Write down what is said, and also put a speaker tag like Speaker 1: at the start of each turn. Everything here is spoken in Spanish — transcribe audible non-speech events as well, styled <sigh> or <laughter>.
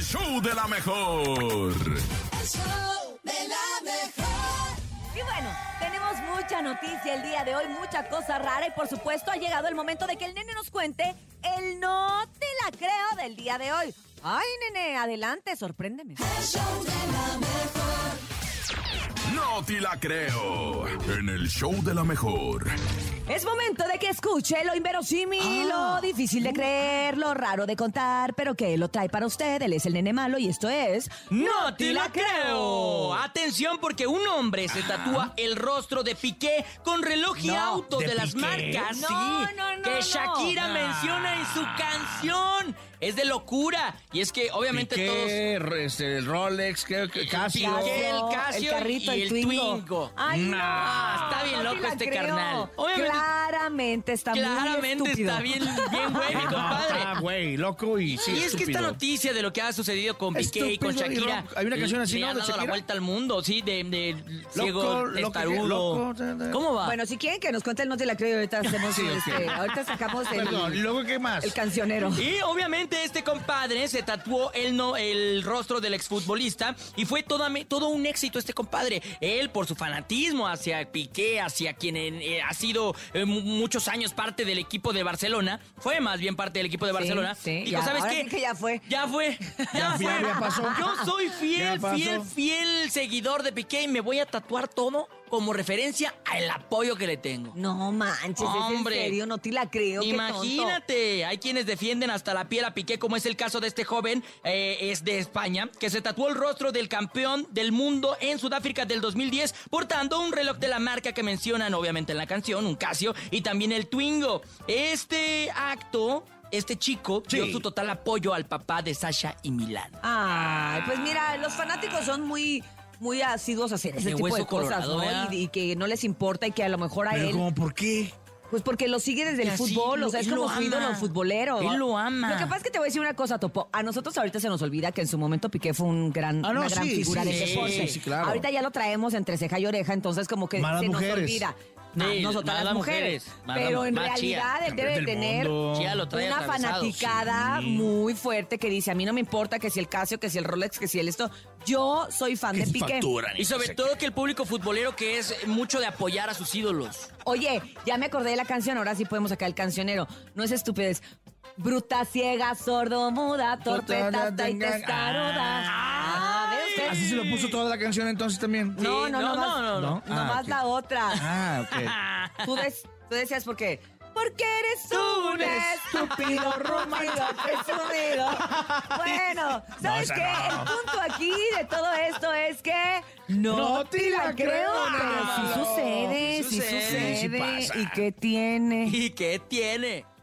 Speaker 1: show de la mejor.
Speaker 2: El show de la mejor.
Speaker 3: Y bueno, tenemos mucha noticia el día de hoy, mucha cosa rara y por supuesto ha llegado el momento de que el nene nos cuente el no te la creo del día de hoy. Ay, nene, adelante, sorpréndeme.
Speaker 2: El show de la mejor.
Speaker 1: No te la creo. En el show de la mejor.
Speaker 3: Es momento de que escuche lo inverosímil,
Speaker 4: Ah.
Speaker 3: lo difícil de creer, lo raro de contar, pero que lo trae para usted. Él es el nene malo y esto es...
Speaker 4: ¡No te la creo! Ah, Atención porque un hombre se tatúa el rostro de Piqué con reloj y
Speaker 5: No,
Speaker 4: auto
Speaker 5: ¿de
Speaker 4: de, las
Speaker 5: Piqué?
Speaker 4: marcas.
Speaker 3: No,
Speaker 4: sí,
Speaker 3: no, no, no.
Speaker 4: Que Shakira
Speaker 5: Ah.
Speaker 4: menciona en su canción. Es de locura. Y es que obviamente todos...
Speaker 5: Piqué, re- este, el Rolex, que- que- Casio.
Speaker 4: Piqué, el
Speaker 3: el
Speaker 4: Casio
Speaker 3: carrito,
Speaker 4: y
Speaker 3: el
Speaker 4: el
Speaker 3: Twingo.
Speaker 4: Twingo.
Speaker 3: Ay, no,
Speaker 4: Nah, está bien
Speaker 3: no
Speaker 4: loco
Speaker 3: te la
Speaker 4: este
Speaker 3: creo.
Speaker 4: carnal. Obviamente-
Speaker 3: Claramente está
Speaker 4: Claramente
Speaker 3: muy estúpido.
Speaker 4: está bien, bien güey,
Speaker 5: <laughs>
Speaker 4: mi compadre.
Speaker 5: Ah, güey, loco y sí,
Speaker 4: y es que esta
Speaker 5: estúpido.
Speaker 4: noticia de lo que ha sucedido con Piqué y
Speaker 5: Estúpido
Speaker 4: con
Speaker 5: y
Speaker 4: Shakira.
Speaker 5: loco. Hay una canción así,
Speaker 4: le
Speaker 5: ¿no?
Speaker 4: ha
Speaker 5: de
Speaker 4: dado la
Speaker 5: Shakira.
Speaker 4: vuelta al mundo, sí, de, de ciego,
Speaker 5: loco,
Speaker 4: testarudo.
Speaker 5: loco, da, da.
Speaker 4: ¿Cómo va?
Speaker 3: Bueno, si quieren que nos cuente el no te la creo, ahorita
Speaker 4: <laughs>
Speaker 3: hacemos
Speaker 5: Sí, ok.
Speaker 3: este, ahorita sacamos el,
Speaker 5: Ah, Perdón, ¿y luego qué más?
Speaker 3: el cancionero.
Speaker 4: Y obviamente este compadre se tatuó el, no, el rostro del exfutbolista y fue toda, me- todo un éxito este compadre. Él por su fanatismo hacia Piqué, hacia quien eh, ha sido eh, mu- muchos años parte del equipo de Barcelona, fue más bien parte del equipo de
Speaker 3: Sí,
Speaker 4: Barcelona.
Speaker 3: sí,
Speaker 4: Dijo,
Speaker 3: ya,
Speaker 4: ¿sabes
Speaker 3: ahora
Speaker 4: qué?
Speaker 3: sí que ya fue".
Speaker 4: Ya fue.
Speaker 3: <laughs>
Speaker 4: Ya,
Speaker 5: fue,
Speaker 4: fue.
Speaker 5: ya pasó.
Speaker 4: Yo soy fiel,
Speaker 5: Ya pasó.
Speaker 4: fiel, fiel seguidor de Piqué y me voy a tatuar todo como referencia al apoyo que le tengo.
Speaker 3: No manches,
Speaker 4: Hombre.
Speaker 3: es en serio, no te la creo. qué tonto.
Speaker 4: Imagínate, hay quienes defienden hasta la piel a Piqué, como es el caso de este joven, eh, es de España, que se tatuó el rostro del campeón del mundo en Sudáfrica del 2010, portando un reloj de la marca que mencionan obviamente en la canción, un Casio, y también el Twingo. Este acto, este chico,
Speaker 5: Sí.
Speaker 4: dio su total apoyo al papá de Sasha y Milán.
Speaker 3: Ay, pues mira, los fanáticos son muy muy asiduos a hacer ese
Speaker 4: De
Speaker 3: tipo de
Speaker 4: hueso
Speaker 3: cosas,
Speaker 4: colorado, ¿verdad?
Speaker 3: ¿no? Y, y que no les importa y que a lo mejor a
Speaker 5: Pero
Speaker 3: él,
Speaker 5: como, ¿por qué?
Speaker 3: pues porque lo sigue desde el
Speaker 4: Que así
Speaker 3: fútbol, o
Speaker 4: lo-
Speaker 3: sea, es
Speaker 4: él
Speaker 3: como
Speaker 4: lo
Speaker 3: su ídolo
Speaker 4: ama.
Speaker 3: futbolero.
Speaker 4: Él lo ama.
Speaker 3: Lo que pasa es que te voy a decir una cosa, Topo. A nosotros ahorita se nos olvida que en su momento Piqué fue un gran,
Speaker 5: Ah, no,
Speaker 3: una gran
Speaker 5: sí,
Speaker 3: figura
Speaker 5: sí,
Speaker 3: del
Speaker 4: sí,
Speaker 3: deporte.
Speaker 4: sí, sí,
Speaker 5: claro.
Speaker 3: Ahorita ya lo traemos entre ceja y oreja, entonces como que
Speaker 5: Malas
Speaker 3: se nos
Speaker 5: mujeres.
Speaker 3: olvida.
Speaker 4: Sí,
Speaker 3: Ah, nosotras
Speaker 4: malas
Speaker 3: las mujeres.
Speaker 4: mujeres, malas-
Speaker 3: pero en
Speaker 4: más chía,
Speaker 3: realidad él debe de
Speaker 5: campeón del
Speaker 3: tener
Speaker 5: mundo.
Speaker 4: Chía lo trae
Speaker 3: una
Speaker 4: atravesado.
Speaker 3: fanaticada
Speaker 5: Sí.
Speaker 3: muy fuerte que dice, a mí no me importa que si el Casio, que si el Rolex, que si el esto. Yo soy fan de Piqué.
Speaker 5: facturan
Speaker 4: Y sobre todo que el público futbolero que es mucho de apoyar a sus ídolos.
Speaker 3: Oye, ya me acordé de la canción, ahora sí podemos sacar el cancionero. No es estupidez. Bruta, ciega, sordo, muda, torpe,
Speaker 5: Tortada,
Speaker 3: tasta y
Speaker 5: tenga-
Speaker 3: testaruda. Ah, ¿ve usted?
Speaker 5: Así se lo puso toda la canción entonces también.
Speaker 3: No,
Speaker 4: Sí,
Speaker 3: no, no,
Speaker 4: no,
Speaker 3: más-
Speaker 4: no, no,
Speaker 5: no.
Speaker 3: nomás
Speaker 5: Ah, ok.
Speaker 3: la otra.
Speaker 5: Ah, ok.
Speaker 3: Tú, des- tú decías por qué. Porque eres
Speaker 4: Tú
Speaker 3: un
Speaker 4: eres
Speaker 3: <laughs> estúpido, romántico, presumido. Bueno, ¿sabes
Speaker 5: esa
Speaker 3: qué?
Speaker 5: no.
Speaker 3: El punto aquí de todo esto es que no,
Speaker 5: No te
Speaker 3: te
Speaker 5: la creo,
Speaker 3: pero
Speaker 5: nada
Speaker 3: sí
Speaker 5: malo.
Speaker 3: sucede, sí
Speaker 4: Sí sucede.
Speaker 3: sucede.
Speaker 5: Sí, sí
Speaker 3: ¿Y
Speaker 5: pasa.
Speaker 3: qué tiene?
Speaker 4: ¿Y qué tiene?